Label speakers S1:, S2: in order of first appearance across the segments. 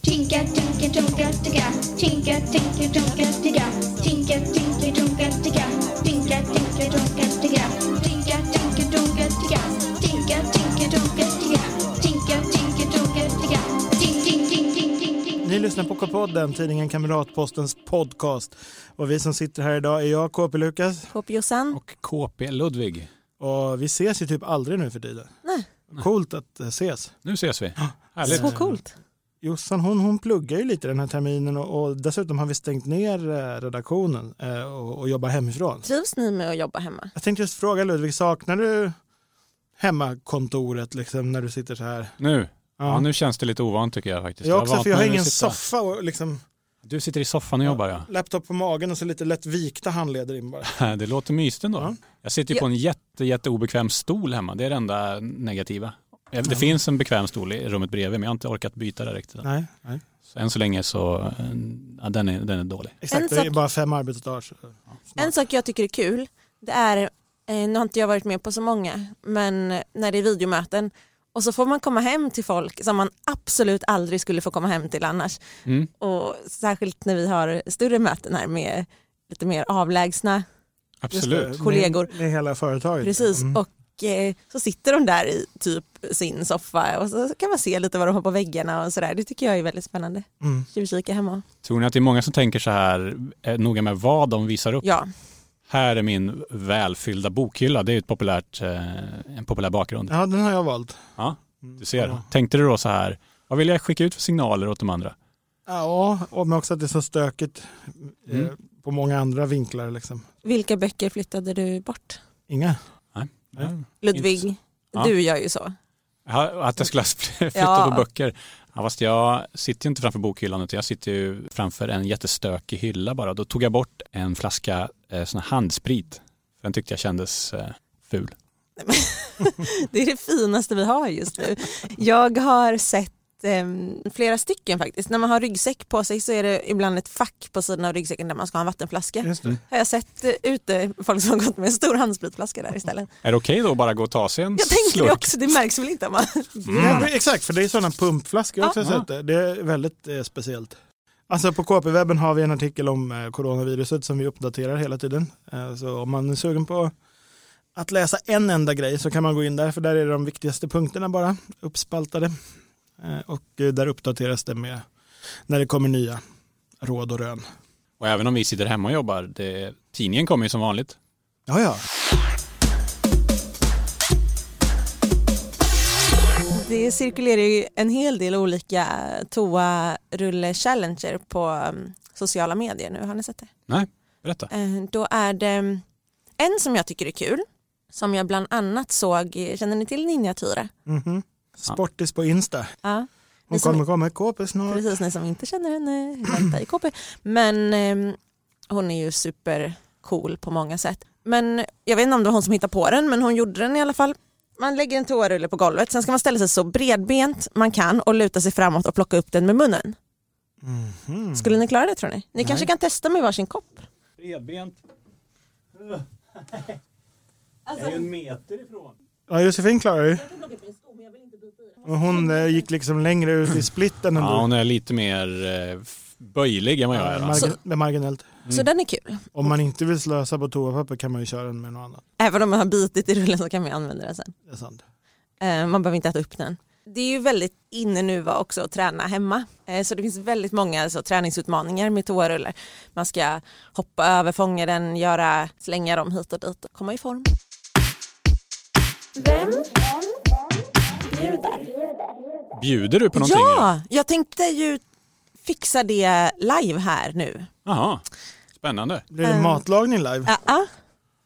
S1: Tinka, tinka, tunka, ticka. Tinka, tinka, tunka, ticka. Tinka, tinka, tunka, ticka. Tinka, tinka, tunka, ticka. Tinka, tinka, tunka, ticka. Tinka, tinka, tunka, ticka. Tinka, tinka, tunka, ticka. Tink, tink, tink, tink, tink, tink.
S2: Ni lyssnar på K-podden, tidningen Kamratpostens podcast. Och vi som sitter här idag är jag, KP Lukas.
S3: Hoppjossan.
S4: Och KP Ludvig.
S2: Och vi ses ju typ aldrig nu för tiden.
S3: Nej.
S2: Coolt att eh, ses.
S4: Nu ses vi. Härligt.
S3: Så coolt.
S2: Jossan hon, hon pluggar ju lite den här terminen och, och dessutom har vi stängt ner eh, redaktionen eh, och, och jobbar hemifrån.
S3: Trivs ni med att jobba hemma?
S2: Jag tänkte just fråga Ludvig, saknar du hemmakontoret liksom, när du sitter så här?
S4: Nu.
S2: Ja.
S4: Ja, nu känns det lite ovant tycker jag faktiskt.
S2: Jag
S4: var
S2: också,
S4: vant
S2: för jag har
S4: med att
S2: ingen
S4: sitta-
S2: soffa och liksom
S4: Du sitter i soffan och
S2: Ja.
S4: jobbar ja.
S2: laptop på magen och så lite lätt vikta handleder in bara.
S4: Det låter mysigt ändå.
S2: Ja.
S4: Jag sitter ju
S3: Ja.
S4: på en jätte, jätte obekväm stol hemma. Det är det enda negativa. Det finns en bekväm stol i rummet bredvid men jag har inte orkat byta det riktigt.
S2: Nej, nej.
S4: Så än så länge så, eh, ja, den är, den är dålig.
S2: Exakt,
S3: En
S2: det är
S3: sak-
S2: bara fem arbetsdagar. så- Ja.
S3: En sak jag tycker är kul, det är, eh, nu har inte jag varit med på så många, men när det är videomöten och så får man komma hem till folk som man absolut aldrig skulle få komma hem till annars.
S4: Mm.
S3: Och särskilt när vi har större möten här med lite mer avlägsna.
S2: Just
S4: Absolut.
S2: det,
S3: Kollegor.
S2: Med, med hela företaget.
S3: Precis.
S2: Mm.
S3: Och eh, så sitter de där i typ sin soffa och så kan man se lite vad de har på väggarna och sådär. Det tycker jag är väldigt spännande.
S2: Mm.
S3: Tjuvkika hemma.
S4: Tror ni att det är många som tänker så här, är noga med vad de visar upp?
S3: Ja,
S4: Här är min välfyllda bokhylla. Det är ju ett populärt, eh, en populär bakgrund.
S2: Ja, den har jag valt.
S4: Ja,
S2: Mm.
S4: Du ser.
S2: Ja.
S4: Tänkte du då så här, vad vill jag skicka ut för signaler åt de andra?
S2: Ja, och men också att det är så stökigt eh,
S4: Mm.
S2: på många andra vinklar. Liksom.
S3: Vilka böcker flyttade du bort?
S2: Inga.
S4: Ja.
S3: Ludvig,
S4: Ja.
S3: du gör ju så.
S4: Ja, Att jag skulle ha flyttat
S3: Ja.
S4: på böcker. Ja, fast jag sitter ju inte framför bokhyllan utan jag sitter ju framför en jättestökig hylla bara. Då tog jag bort en flaska eh, sån här handsprit. För den tyckte jag kändes eh, ful.
S3: Det är det finaste vi har just nu. Jag har sett em, flera stycken faktiskt. När man har ryggsäck på sig så är det ibland ett fack på sidan av ryggsäcken där man ska ha en vattenflaska.
S2: Just det.
S4: Mm.
S3: Har jag sett eh, ute folk som har gått med en stor handspritflaska där istället.
S4: Är det okej då att bara gå och ta sig en
S3: Jag tänker
S4: slurk?
S3: det också, det märks väl inte om man...
S2: Ja, men exakt, för det är sådana pumpflaskor också.
S4: Mm. Ja.
S2: Så att det- det är väldigt eh, speciellt. Alltså på KP-webben har vi en artikel om eh, coronaviruset som vi uppdaterar hela tiden. Eh, så om man är sugen på att läsa en enda grej så kan man gå in där, för där är de viktigaste punkterna bara uppspaltade. Eh, och eh, där uppdateras det med när det kommer nya råd och rön.
S4: Och även om vi sitter hemma och jobbar, det, tidningen kommer ju som vanligt.
S2: Ja, ja.
S3: Det cirkulerar ju en hel del olika toarulle-challenger på em, sociala medier nu, har ni sett det?
S4: Berätta.
S3: Eh, Då är det mm, en som jag tycker är kul, som jag bland annat såg, känner ni till Ninja Tyra?
S2: Mhm. Sportis på Insta.
S3: Ja,
S2: Hon
S3: Det som-
S2: kommer komma KP snart.
S3: precis ni som inte känner henne, vänta i KP. Men eh, hon är ju supercool på många sätt. Men jag vet inte om det var hon som hittade på den, men hon gjorde den i alla fall. Man lägger en toarulle på golvet, sen ska man ställa sig så bredbent man kan och luta sig framåt och plocka upp den med munnen.
S2: Mm. Mhm.
S3: Skulle ni klara det tror ni? Ni kanske kan testa med varsin kopp?
S4: Bredbent.
S3: Alltså-
S4: Jag är en meter ifrån.
S2: Ja, Josefin klarar ju. Och hon eh, gick liksom längre ut i splitten än
S4: Ja,
S2: du.
S4: hon är lite mer eh, f- böjlig än vad jag är.
S2: Margin-
S4: alltså.
S2: det är marginellt.
S3: Så den är kul.
S2: Om man inte vill slösa på toapapper kan man ju köra den med något annat.
S3: Även om man har bitit i rullen så kan man ju använda den sen.
S2: Det är sant.
S3: Eh, Man behöver inte äta upp den. Det är ju väldigt inne nu va, också att träna hemma. Eh, Så det finns väldigt många så, träningsutmaningar med toarullar. Man ska hoppa över, fånga den, göra, slänga dem hit och dit och komma i form.
S4: Bjuder du på någonting?
S3: Ja, jag tänkte ju fixa det live här nu.
S4: Jaha, spännande.
S2: Blir det
S3: Eh.
S2: matlagning live?
S3: Ja, ja.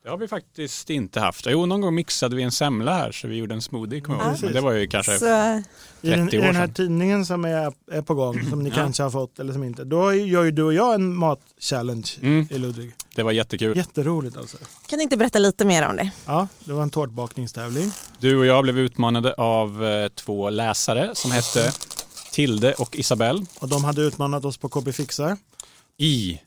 S4: Det har vi faktiskt inte haft. Jo, någon gång mixade vi en semla här så vi gjorde en smoothie, kommer jag
S2: Ja,
S4: ihåg. Men
S2: precis.
S4: det var ju kanske...
S3: så,
S2: I den, I
S4: 30 år
S2: den här
S4: sedan.
S2: tidningen som är, är på gång, som ni
S4: Ja.
S2: kanske har fått eller som inte. Då gör ju du och jag en matchallenge
S4: Mm,
S2: i Ludvig.
S4: det var jättekul.
S2: Jätteroligt alltså.
S3: kan ni inte berätta lite mer om det?
S2: Ja, det var en tårtbakningstävling.
S4: Du och jag blev utmanade av eh, två läsare som hette Tilde och Isabelle
S2: Och de hade utmanat oss på KB Fixar.
S4: i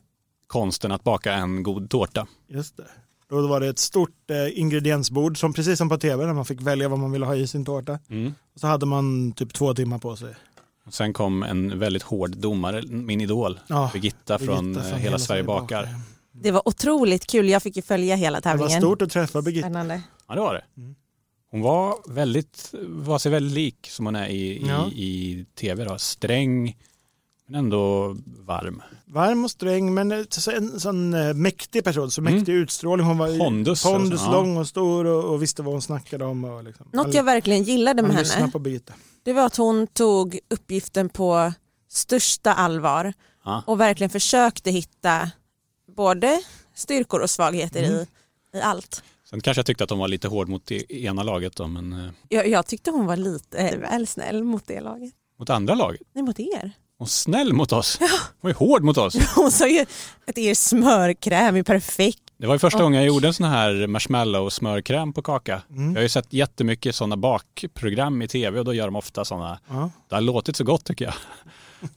S4: konsten att baka en god tårta.
S2: Just det. Då var det ett stort eh, ingrediensbord, som precis som på tv, där man fick välja vad man ville ha i sin tårta.
S4: Mm.
S2: Och så hade man typ två timmar på sig.
S4: Och Sen kom en väldigt hård domare, min idol,
S2: Ja,
S4: Ah, Birgitta från eh, Hela, Sverige bakar.
S3: Det var otroligt kul, jag fick ju följa hela
S2: Det var
S3: tävlingen.
S2: stort att träffa Birgitta.
S3: Spännande.
S4: Ja, det var det.
S2: Mm.
S4: Hon var väldigt, var sig väldigt lik som hon är i, i,
S2: Ja.
S4: i tv. Då. Sträng, men ändå varm.
S2: Varm och sträng, men eh, så- en sån eh, mäktig person, så
S4: Mm.
S2: mäktig utstråling. Hon var ju
S4: Pondus. alltså.
S2: pondus,
S4: Ja.
S2: lång och stor och, och visste vad hon snackade om. Och liksom.
S3: Något jag verkligen gillade med
S2: man
S3: henne,
S2: lyssnar på Birgitta.
S3: det var att hon tog uppgiften på största allvar
S4: Ja.
S3: och verkligen försökte hitta både styrkor och svagheter i, i allt.
S4: Sen kanske jag tyckte att hon var lite hård mot det ena laget då, men eh,
S3: Jag, jag tyckte hon var lite eh, väl snäll mot det laget.
S4: mot andra laget.
S3: Nej, mot er.
S4: Hon var snäll mot oss. Hon var ju hård mot oss.
S3: Hon sa ju att er smörkräm är perfekt.
S4: Det var ju första
S3: Och-
S4: gången jag gjorde en sån här marshmallow-smörkräm på kaka.
S2: Mm.
S4: Jag har ju sett jättemycket sådana bakprogram i tv och då gör de ofta sådana.
S2: Ja.
S4: Det har låtit så gott tycker jag.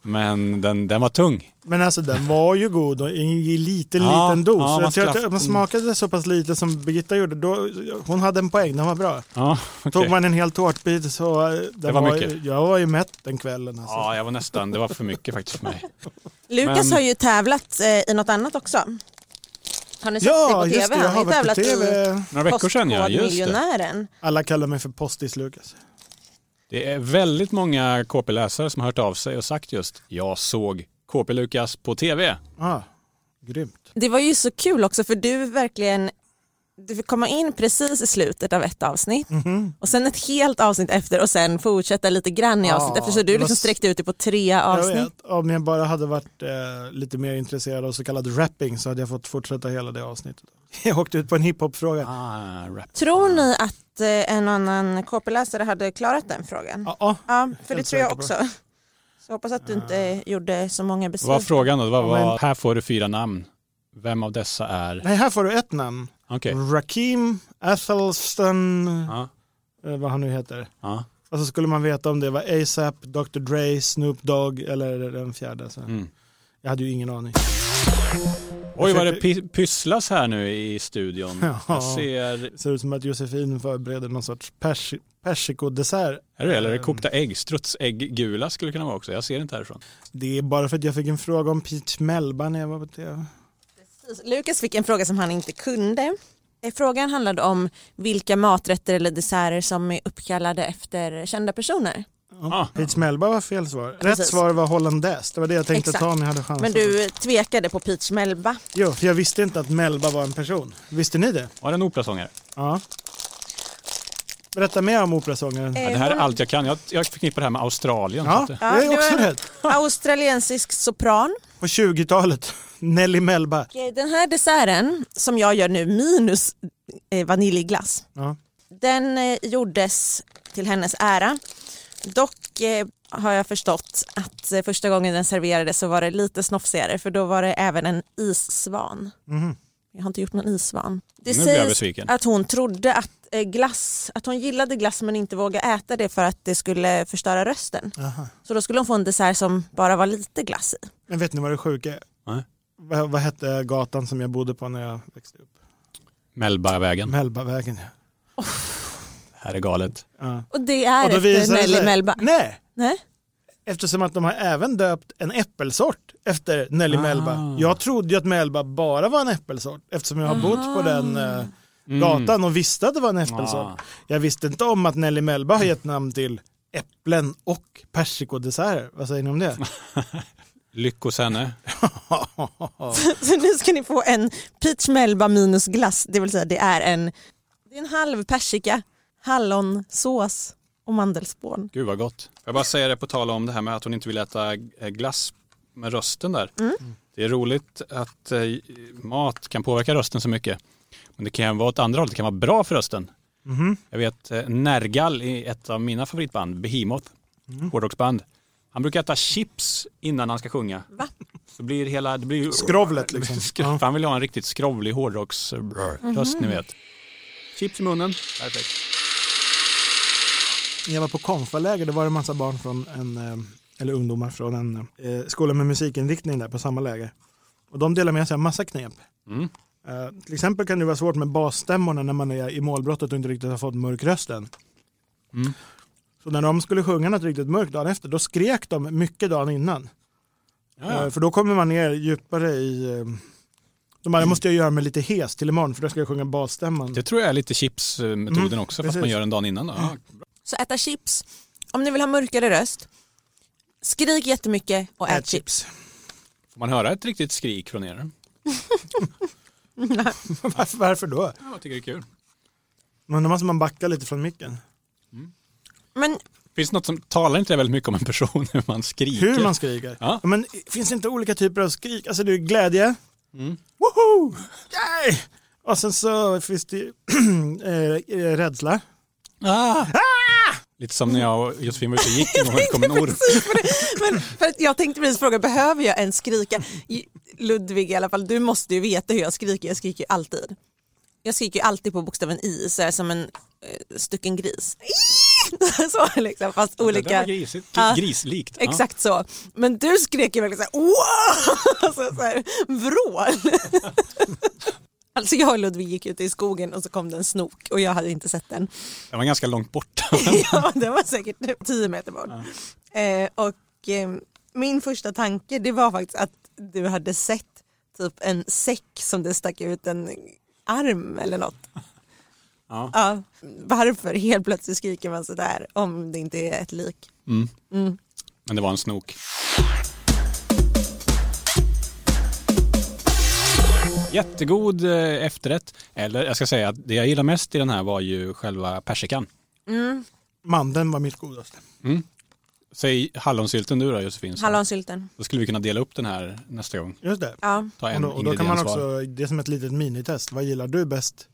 S4: Men den, den var tung.
S2: Men alltså den var ju god och i liten,
S4: Ja,
S2: liten dos.
S4: ja, man
S2: jag tror
S4: skulle
S2: att om man
S4: haft-
S2: smakade så pass lite som Birgitta gjorde, då, hon hade en poäng, den var bra.
S4: Ja, okej.
S2: Tog man en hel tårtbit så, eh, den
S4: var
S2: var
S4: mycket.
S2: jag var ju mätt den kvällen. Alltså.
S4: ja, jag var nästan, det var för mycket faktiskt för mig.
S3: Lukas
S4: Men-
S3: har ju tävlat eh, i något annat också. Har ni sett
S2: Ja,
S3: Alltså, det på
S2: just
S3: tv?
S2: det, jag
S3: Han
S2: har
S3: har ju
S2: varit
S3: tävlat
S2: på
S3: i
S2: tv.
S4: Några veckor sedan ja, just det.
S3: Postkodmiljonären.
S2: Alla kallar mig för Postis-Lukas.
S4: Det är väldigt många KP-läsare som har hört av sig och sagt just jag såg KP-Lukas på tv.
S2: Ah, grymt.
S3: Det var ju så kul också för du verkligen du fick komma in precis i slutet av ett avsnitt
S2: Mhm.
S3: och sen ett helt avsnitt efter och sen fortsätta lite grann i
S2: Ja,
S3: avsnitt efter så du
S2: det var
S3: liksom
S2: s-
S3: sträckte ut det på tre
S2: Jag
S3: avsnitt.
S2: vet, om jag bara hade varit eh, lite mer intresserad av så kallad rapping så hade jag fått fortsätta hela det avsnittet. Jag åkte ut på en hiphop-fråga.
S4: Ah, rap.
S3: Tror ni att eh, en annan KP-läsare hade klarat den frågan?
S2: Ja, ah,
S3: Ja, för det
S2: Helt
S3: tror jag
S2: säker på
S3: också. Så hoppas att du inte gjorde så många
S4: Vad var
S3: beslut.
S4: frågan då? Det var,
S2: Ja, men-
S4: vad- här får du fyra namn. Vem av dessa är...
S2: Nej, här får du ett namn.
S4: Okej.
S2: Mm. Rakim Athelston,
S4: Ja,
S2: eh, vad han nu heter.
S4: ja.
S2: Och så skulle man veta om det var ASAP, Dr Dre, Snoop Dogg eller den fjärde. Så.
S4: Mm.
S2: Jag hade ju ingen aning.
S4: Oj,
S2: Jag
S4: vad det
S2: försökte-
S4: py- pysslas här nu i studion.
S2: Ja.
S4: Jag ser...
S2: Ser ut som att Josefin förbereder någon sorts pers persikodessert.
S4: Är det, eller är det
S2: Ehm.
S4: kokta ägg? Strutsägggula skulle det kunna vara också. Jag ser inte härifrån.
S2: Det är bara för att jag fick en fråga om Peach Melba när jag var på tv.
S3: Precis. Lukas fick en fråga som han inte kunde. Eh, Frågan handlade om vilka maträtter eller desserter som är uppkallade efter kända personer.
S2: Ja.
S4: Ah,
S2: Peach Melba var fel svar. Rätt
S3: Precis.
S2: svar var hollandaise. Det var det jag tänkte
S3: Exakt.
S2: ta om jag hade chansen.
S3: Men du tvekade på peach melba.
S2: Jo, för jag visste inte att Melba var en person. Visste ni det?
S4: Var det en operasångare?
S2: Ja. Berätta mer om operasångaren.
S4: Ja,
S3: Eh,
S4: det här är
S3: hon-
S4: allt jag kan. Jag, jag förknippar det här med Australien. så
S2: Ja,
S4: att det-
S2: det är
S3: Ja,
S2: också
S3: det var-
S2: rätt.
S3: Australiensisk sopran.
S2: På 20-talet. Nelly Melba.
S3: Eh, Den här desserten som jag gör nu minus eh, vaniljglass.
S2: Ja.
S3: Den eh, gjordes till hennes ära. Dock eh, har jag förstått att eh, första gången den serverades så var det lite snofsigare för då var det även en issvan.
S2: Mhm.
S3: Jag har inte gjort någon issvan. Det
S4: Nu blir jag
S3: sägs
S4: besviken.
S3: att hon trodde att eh, glass, att hon gillade glass men inte vågade äta det för att det skulle förstöra rösten.
S2: Aha.
S3: Så då skulle hon få en dessert som bara var lite glass i.
S2: Men vet ni vad det sjuka är?
S4: Nej.
S2: Va, vad hette gatan som jag bodde på när jag växte upp?
S4: Mellbergvägen.
S2: Melbavägen. ja.
S4: Det här är galet.
S2: Ja.
S3: Och det är
S2: Och då
S3: efter
S2: visar det
S3: Nelly
S2: sig-
S3: Melba.
S2: Nej,
S3: Nej?
S2: eftersom att de har även döpt en äppelsort efter Nelly
S4: Ah.
S2: Melba. Jag trodde ju att Melba bara var en äppelsort eftersom jag har bott
S3: Ah.
S2: på den eh,
S4: Mm.
S2: gatan och visste att det var en äppelsort.
S4: Ah.
S2: Jag visste inte om att Nelly Melba har gett namn till äpplen och persikodesserter. Vad säger ni om det?
S4: Lyckos henne.
S3: Så nu ska ni få en peach melba minus glass, det vill säga det är en, det är en halv persika, hallonsås och mandelspån.
S4: Gud vad gott. Får Jag bara säga det på tal om det här med att hon inte vill äta eh, glass med rösten där. Mm. Det är roligt att eh, mat kan påverka rösten så mycket. Men det kan vara åt andra hållet, det kan vara bra för rösten.
S2: Mhm.
S4: Jag vet eh, Nergal i ett av mina favoritband, Behemoth, Mm. hårdrocksband. Han brukar äta chips innan han ska sjunga.
S3: Va?
S4: Så blir hela, det blir
S2: Skrovlet liksom.
S4: Skro- för Han vill ha en riktigt skrovlig hårdrocksröst, ni vet. Chips i munnen, perfekt.
S2: När jag var på konfaläger då var det en massa barn från en, eh, eller ungdomar från en eh, skola med musikinriktning där på samma läger. Och de delade med sig av massa knep.
S4: Mm.
S2: Eh, Eh, till exempel kan det vara svårt med basstämmorna när man är i målbrottet och inte riktigt har fått mörkrösten.
S4: Mm.
S2: Så när de skulle sjunga något riktigt mörkt dagen efter, då skrek de mycket dagen innan. Eh,
S4: Ja,
S2: För då kommer man ner djupare i... eh, De här, det måste jag göra mig lite hes till imorgon för då ska jag sjunga basstämman.
S4: det tror jag är lite chipsmetoden
S2: Mm,
S4: också, fast
S2: precis.
S4: man gör den dagen innan. Då. Ja,
S3: Så äta chips. Om ni vill ha mörkare röst, skrik jättemycket och ät,
S2: Ät
S3: chips.
S2: chips.
S4: får man höra ett riktigt skrik från er?
S2: Varför, varför då?
S4: Ja, jag tycker det är kul.
S2: Men då måste man backa lite från micken.
S3: Men
S4: Finns det något som talar inte det väldigt mycket om en person hur man skriker?
S2: Hur man skriker.
S4: Ja.
S2: Men finns det inte olika typer av skrik? Alltså det är glädje,
S4: Mm.
S2: woho, yay! Och sen så finns det ju, eh, rädsla.
S4: Ah! Lite som när jag och Josefin var ute och gick en gång och det kom en orm.
S3: Men för att jag tänkte precis fråga, behöver jag ens skrika? I- Ludvig i alla fall, du måste ju veta hur jag skriker. Jag skriker ju alltid. Jag skriker ju alltid på bokstaven i, så här, som en eh, stucken gris. så liksom, fast
S4: Det där var
S3: olika.
S4: grisigt. Typ
S3: Ja.
S4: Grislikt. Ja.
S3: Exakt så. Men du skrek ju verkligen så här, wow! Alltså, så här, vrål. alltså jag och Ludvig gick ute i skogen och så kom det en snok och jag hade inte sett den.
S4: Den var ganska långt borta.
S3: ja, den var säkert 10 meter bort. Eh, och eh, min första tanke det var faktiskt att du hade sett typ en säck som det stack ut en arm eller något.
S4: Ja.
S3: Ja, varför helt plötsligt skriker man sådär om det inte är ett lik?
S4: Mm. Men det var en snok. Jättegod eh, efterrätt. Eller jag ska säga att det jag gillar mest i den här var ju själva persikan.
S2: Mandeln var mitt godaste.
S4: Säg hallonsylten du då Josefin. så-
S3: Hallonsylten.
S4: Då skulle vi kunna dela upp den här nästa gång.
S2: Just det.
S3: Ja.
S4: Ta
S2: Och
S4: en
S2: då, och då kan man
S4: ingrediens var.
S2: också, det är som ett litet minitest, vad gillar du bäst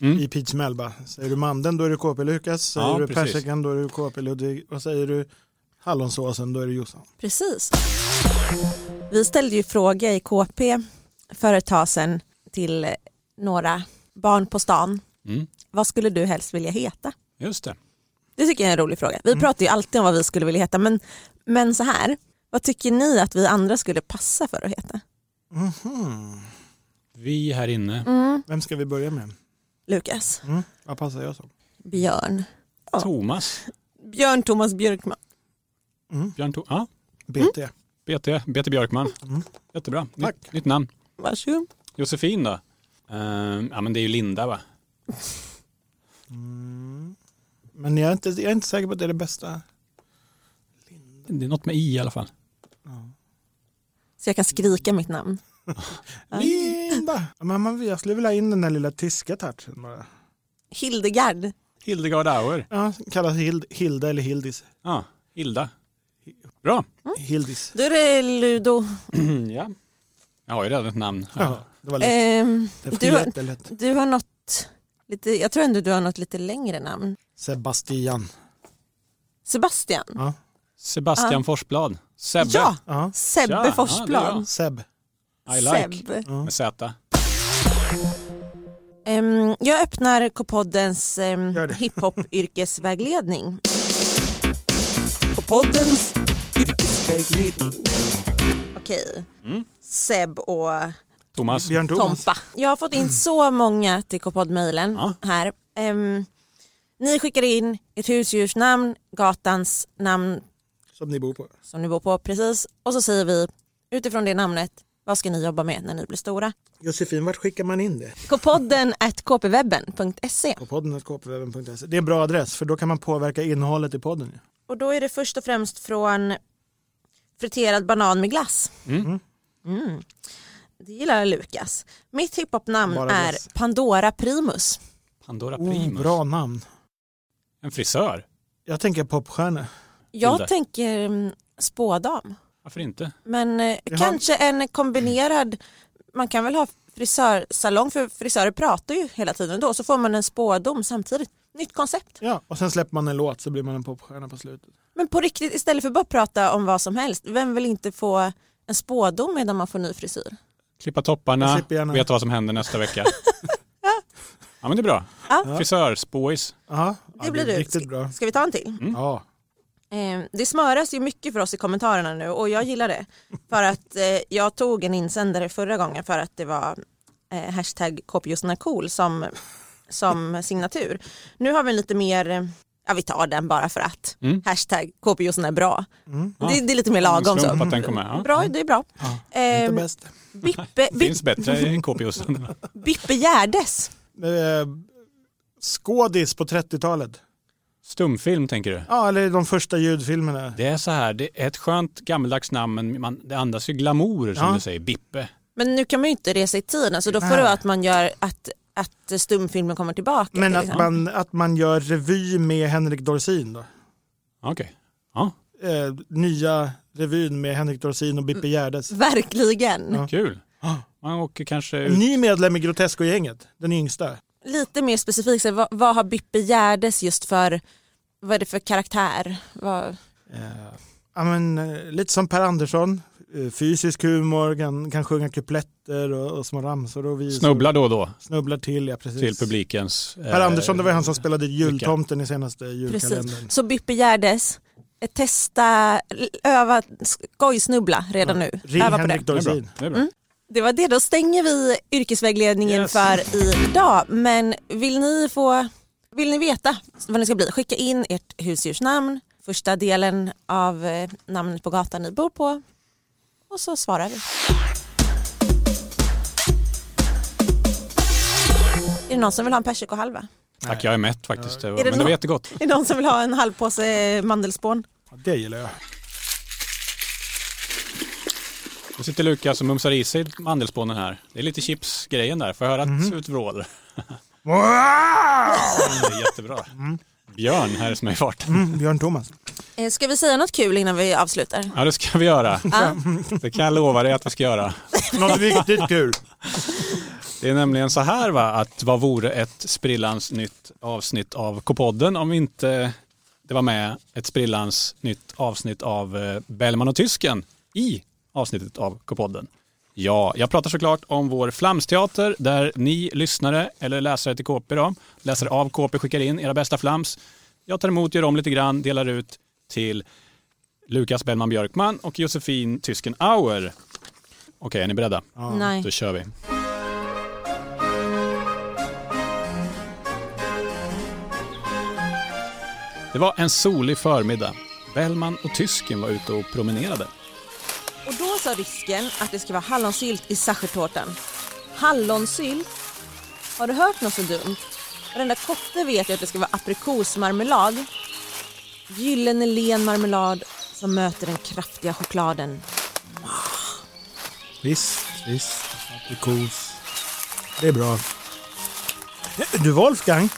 S4: Mm.
S2: i Peach Melba? Säger du mandeln då är du KP Lukas, säger
S4: Ja,
S2: du
S4: precis.
S2: persikan då är du KP Ludvig och säger du hallonsåsen då är det Jossan.
S3: Precis. Vi ställde ju fråga i KP för ett tag sedan till några barn på stan.
S4: Mm.
S3: Vad skulle du helst vilja heta?
S4: Just det.
S3: Det tycker jag är en rolig fråga. Vi pratar ju alltid om vad vi skulle vilja heta, men, men så här, vad tycker ni att vi andra skulle passa för att heta?
S2: Mhm.
S4: Vi här inne.
S3: Mm.
S2: Vem ska vi börja med?
S3: Lukas,
S2: Mm. Vad passar jag som?
S3: Björn. Ja.
S4: Thomas.
S3: Björn Thomas Björkman.
S2: Mm.
S4: Björn to- ja,
S2: BT.
S4: BT, BT Björkman.
S2: Mm.
S4: Jättebra.
S2: Tack.
S4: Nytt, nytt namn.
S3: Varsågod.
S4: Josefin då? Ehm, ja men det är ju Linda va?
S2: Mm. Men jag är, inte, jag är inte säker på att det är det bästa.
S4: Det är något med i i alla fall.
S3: Så jag kan skrika mitt namn.
S2: Linda! Ja, Men man, jag skulle vilja ha in den där lilla tyska touchen bara.
S3: Hildegard.
S4: Hildegard Auer.
S2: Ja, kallas Hild, Hilda eller Hildis.
S4: Ja, Hilda. Bra.
S3: Mm.
S2: Hildis.
S3: Då är det Ludo.
S4: ja. Jag har ju redan ett namn.
S2: Ja, det var lätt.
S3: Ehm,
S2: Det var
S3: du-
S2: jättelätt.
S3: du har något, lite, jag tror ändå du har något lite längre namn.
S2: Sebastian.
S3: Sebastian.
S2: Ja.
S4: Sebastian Forsblad. Sebbe.
S3: Ja,
S2: ja.
S3: Sebbe
S4: Tja, ja, det
S3: Forsblad.
S4: är
S2: Seb.
S4: I like.
S3: Seb.
S4: Med Z.
S3: Ehm, jag öppnar K-poddens um,
S2: Gör det.
S3: hiphop-yrkesvägledning. K-poddens yrkesvägledning. Okej, Seb och
S4: Thomas.
S2: Björn Mm. Thomas. Mm.
S3: Tompa. Jag har fått in så många till K-podd-mejlen
S4: Ja.
S3: här. Ehm, ni skickar in ert husdjursnamn, gatans namn
S2: Som ni bor på.
S3: som ni bor på precis och så säger vi utifrån det namnet vad ska ni jobba med när ni blir stora?
S2: Josefin, vart skickar man in det?
S3: K-podden at kpwebben.se
S2: På podden kpwebben.se. Det är en bra adress för då kan man påverka innehållet i podden. ju.
S3: Och då är det först och främst från friterad banan med glass.
S4: Mm.
S3: Mm. Det gillar Lukas. Mitt hiphopnamn
S2: Bara
S3: är
S2: glass.
S3: Pandora Primus.
S4: Pandora Primus.
S2: Oh, bra namn.
S4: En frisör.
S2: Jag tänker popstjärna.
S3: Jag
S4: Hilda.
S3: tänker mm, spådam.
S4: Varför inte?
S3: Men eh,
S2: Jaha.
S3: kanske en kombinerad, man kan väl ha frisörsalong för frisörer pratar ju hela tiden då så får man en spådom samtidigt. Nytt koncept.
S2: Ja, och sen släpper man en låt så blir man en popstjärna på slutet.
S3: Men på riktigt istället för att bara prata om vad som helst, vem vill inte få en spådom medan man får ny frisyr?
S4: Klippa
S2: Jag
S4: topparna,
S2: slipper gärna.
S4: veta vad som händer nästa vecka. ja men det är bra.
S3: Ja.
S4: Frisör, spåis.
S2: Aha. Mm.
S3: Det blir du.
S2: Riktigt bra.
S3: Ska vi ta en till?
S2: Ja.
S3: Eh, det smöras ju mycket för oss i kommentarerna nu och jag gillar det. För att eh, jag tog en insändare förra gången för att det var eh, hashtag kopjusnarkool som, som signatur. Nu har vi lite mer, eh, ja vi tar den bara för att.
S4: Mm.
S3: Hashtag kopjusarna är bra.
S2: Mm.
S4: Ja.
S3: Det, det är lite mer lagom
S4: Slump
S3: så.
S4: att den kom med. Ja.
S3: Bra, det är bra.
S2: Inte
S3: Eh,
S2: bäst.
S3: Bippe, Bip-
S4: Finns bättre i kopiosen.
S3: Bippe Gärdes.
S2: Eh, skådis på 30-talet.
S4: Stumfilm tänker du?
S2: Ja, eller de första ljudfilmerna.
S4: Det är så här, det är ett skönt gammaldags namn men man, det andas ju glamour som
S2: Ja.
S4: du säger, Bippe.
S3: Men nu kan man ju inte resa i tiden så då får det vara att man gör att, att stumfilmen kommer tillbaka.
S2: Men
S3: till
S2: att
S3: exempel.
S2: man, att man gör revy med Henrik Dorsin då.
S4: Okej. Ja,
S2: Eh, nya revyn med Henrik Dorsin och
S4: Mm.
S2: Bippe Gärdes.
S3: Verkligen.
S2: Ja.
S4: kul. Man åker kanske ut.
S2: Ny medlem i Grotesco-gänget, den yngsta.
S3: Lite mer specifikt, så här, vad, vad har Bippe Gärdes just för, vad är det för karaktär? Vad,
S2: Eh, ja, men, eh, lite som Per Andersson, eh, fysisk humor, kan, kan sjunga kupletter och, och små ramsor och visor.
S4: Snubblar då och då
S2: Snubblar till, ja precis.
S4: till publikens...
S2: Per
S4: eh,
S2: Andersson, det var han som spelade jultomten i senaste julkalendern.
S3: precis. Så Bippe Gärdes, eh, testa, l- öva, skojsnubbla redan nu.
S2: Ring
S3: öva på
S2: Henrik
S3: det.
S4: Det är bra.
S2: Dorsin.
S4: Det är bra.
S3: Det var det, då stänger vi yrkesvägledningen
S4: Yes.
S3: för idag. Men vill ni få, vill ni veta vad det ska bli, skicka in ert husdjursnamn, första delen av eh, namnet på gatan ni bor på och så svarar vi. Är det någon som vill ha en persikohalva?
S4: Tack, jag är mätt faktiskt. Det var-
S3: Är det
S4: Men det
S3: nå-
S4: var jättegott.
S3: Är det någon som vill ha en halv påse eh, mandelspån?
S2: Ja, det gillar jag.
S4: Nu sitter Lukas och mumsar i sig mandelspånen här. Det är lite chipsgrejen där. Får jag höra ett surt vrål?
S2: Wow!
S4: Det är jättebra. Björn här är som är i farten.
S2: Mm, Björn Thomas.
S3: Eh, Ska vi säga något kul innan vi avslutar?
S4: Ja, det ska vi göra.
S3: Ja.
S4: Det kan jag lova dig att vi ska göra.
S2: Något riktigt kul.
S4: Det är nämligen så här va, att vad vore ett sprillans nytt avsnitt av K-podden om inte det var med ett sprillans nytt avsnitt av eh, Bellman och tysken i avsnittet av K-podden. Ja, jag pratar såklart om vår flamsteater där ni lyssnare eller läsare till KP då, läsare av KP skickar in era bästa flams. Jag tar emot, gör om lite grann, delar ut till Lukas Bellman Björkman och Josefin Tysken Auer. Okej, är ni beredda?
S3: Nej.
S4: Då kör vi. Det var en solig förmiddag. Bellman och tysken var ute och promenerade.
S3: Och då sa risken att det ska vara hallonsylt i sachetårtan. Hallonsylt? Har du hört något så dumt? Varenda kotte vet ju att det ska vara aprikosmarmelad. Gyllene len marmelad som möter den kraftiga chokladen.
S2: Visst, visst. Aprikos. Det är bra. Du Wolfgang,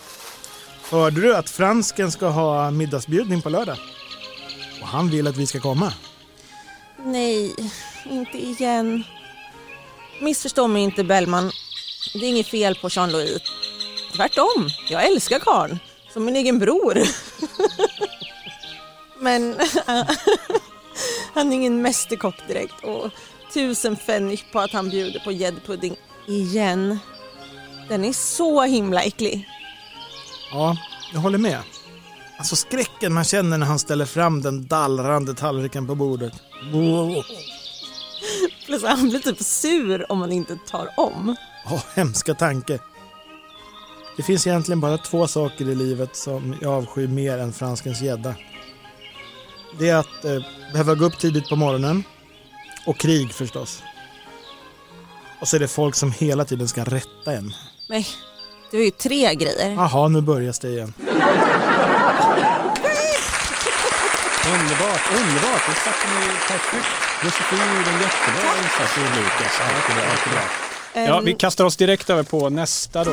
S2: hörde du att fransken ska ha middagsbjudning på lördag? Och han vill att vi ska komma.
S3: Nej, inte igen. Missförstå mig inte Bellman. Det är inget fel på Jean-Louis. Tvärtom, jag älskar karln. Som min egen bror. Men han är ingen mästerkock direkt och tusen fänrik på att han bjuder på gäddpudding igen. Den är så himla äcklig.
S2: Ja, jag håller med. Alltså skräcken man känner när han ställer fram den dallrande tallriken på bordet.
S3: Plus han blir typ sur om man inte tar om.
S2: Åh, hemska tanke. Det finns egentligen bara två saker i livet som jag avskyr mer än franskens gädda. Det är att eh, behöva gå upp tidigt på morgonen och krig förstås. Och så är det folk som hela tiden ska rätta en.
S3: Men det var ju tre grejer.
S2: Jaha, nu börjar det igen.
S4: Underbart, underbart! Det satte ni perfekt. Josefin gjorde en jättebra insats i Lukas. Ja, jättebra, jättebra.
S3: Ehm.
S4: Ja, vi kastar oss direkt över på nästa då.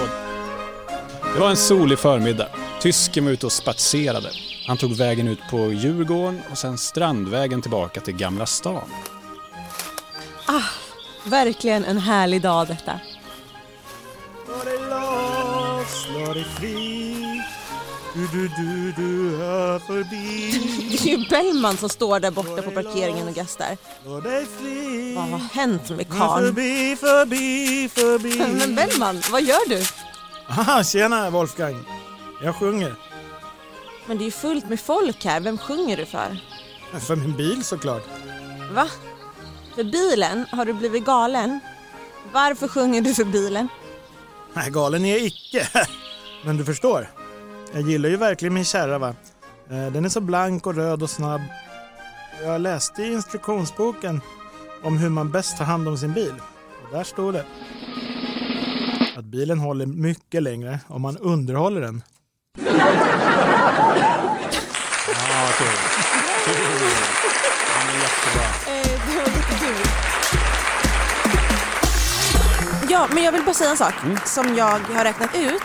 S4: Det var en solig förmiddag. Tysken var ute och spatserade. Han tog vägen ut på Djurgården och sen Strandvägen tillbaka till Gamla stan.
S3: Verkligen en härlig dag detta.
S2: Slå dig loss, slå dig fri. Du, du, du, du är förbi.
S3: Det är ju Bellman som står där borta på parkeringen och gastar.
S2: Slå dig fri.
S3: Vad har hänt med
S2: Du är
S3: karln?
S2: Förbi, förbi, förbi.
S3: Men Bellman, vad gör du?
S2: Haha, tjena Wolfgang. Jag sjunger.
S3: Men det är ju fullt med folk här, vem sjunger du för?
S2: För min bil såklart.
S3: Va? För bilen? Har du blivit galen? Varför sjunger du för bilen?
S2: Nej, galen är jag icke. Men du förstår. Jag gillar ju verkligen min kärra va. Eh, Den är så blank och röd och snabb. Jag läste i instruktionsboken om hur man bäst tar hand om sin bil. Och där stod det att bilen håller mycket längre om man underhåller den.
S4: Ja, kul. Kul. Ja, men jättebra.
S3: det var jättekul. Ja, men jag vill bara säga en sak som jag har räknat ut.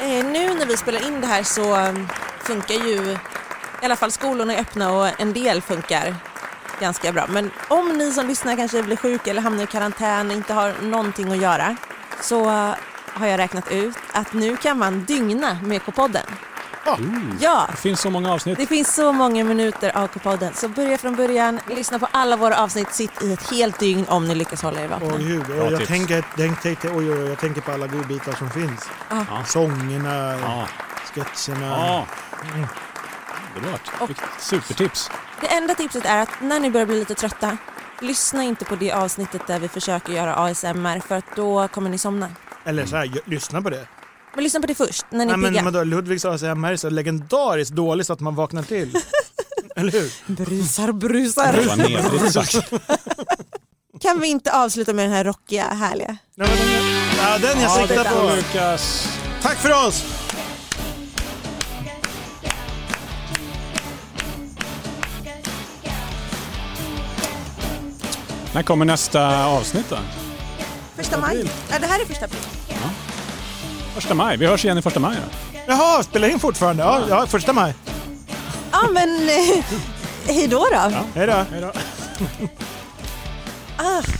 S3: Eh, nu när vi spelar in det här så mm, funkar ju, i alla fall skolorna är öppna och en del funkar ganska bra. Men om ni som lyssnar kanske blir sjuka eller hamnar i karantän och inte har någonting att göra så eh, har jag räknat ut att nu kan man dygna med K-podden. Ja,
S4: Det finns så många avsnitt.
S3: det finns så många minuter av K-podden, så börja från början, lyssna på alla våra avsnitt, sitt i ett helt dygn om ni lyckas hålla er vakna.
S2: Och hur,
S4: Bra
S2: och jag,
S4: tips.
S2: tänker, tänk, tänk, tänk, oj, oj, oj, jag tänker på alla godbitar som finns.
S4: Ja.
S2: Sångerna,
S4: Ja.
S2: sketcherna.
S4: Ja. Underbart. Vilket Supertips.
S3: Det enda tipset är att när ni börjar bli lite trötta, lyssna inte på det avsnittet där vi försöker göra ASMR för att då kommer ni somna.
S2: Eller så här, ju- lyssna på det.
S3: Men lyssna på det först, när ni
S2: Nej,
S3: är
S2: men,
S3: pigga.
S2: men då, Ludvigs ASMR är så legendariskt dålig så att man vaknar till. Eller hur?
S3: Brusar,
S4: Det
S3: brusar.
S4: var nedrigt sagt.
S3: Kan vi inte avsluta med den här rockiga, härliga?
S2: Nej, men, ja, den jag
S4: Ja, det
S2: siktar
S4: får
S2: på.
S4: Lukas.
S2: Tack för oss!
S4: När kommer nästa avsnitt då?
S3: Första maj? Ja, det här är första april.
S4: Första maj. Vi hörs igen i första maj. Då.
S2: Jaha, spelar in fortfarande? Ja, ja första maj.
S3: Ja, men eh, hej då då.
S2: Hej då.
S4: Hej då.
S3: Ah.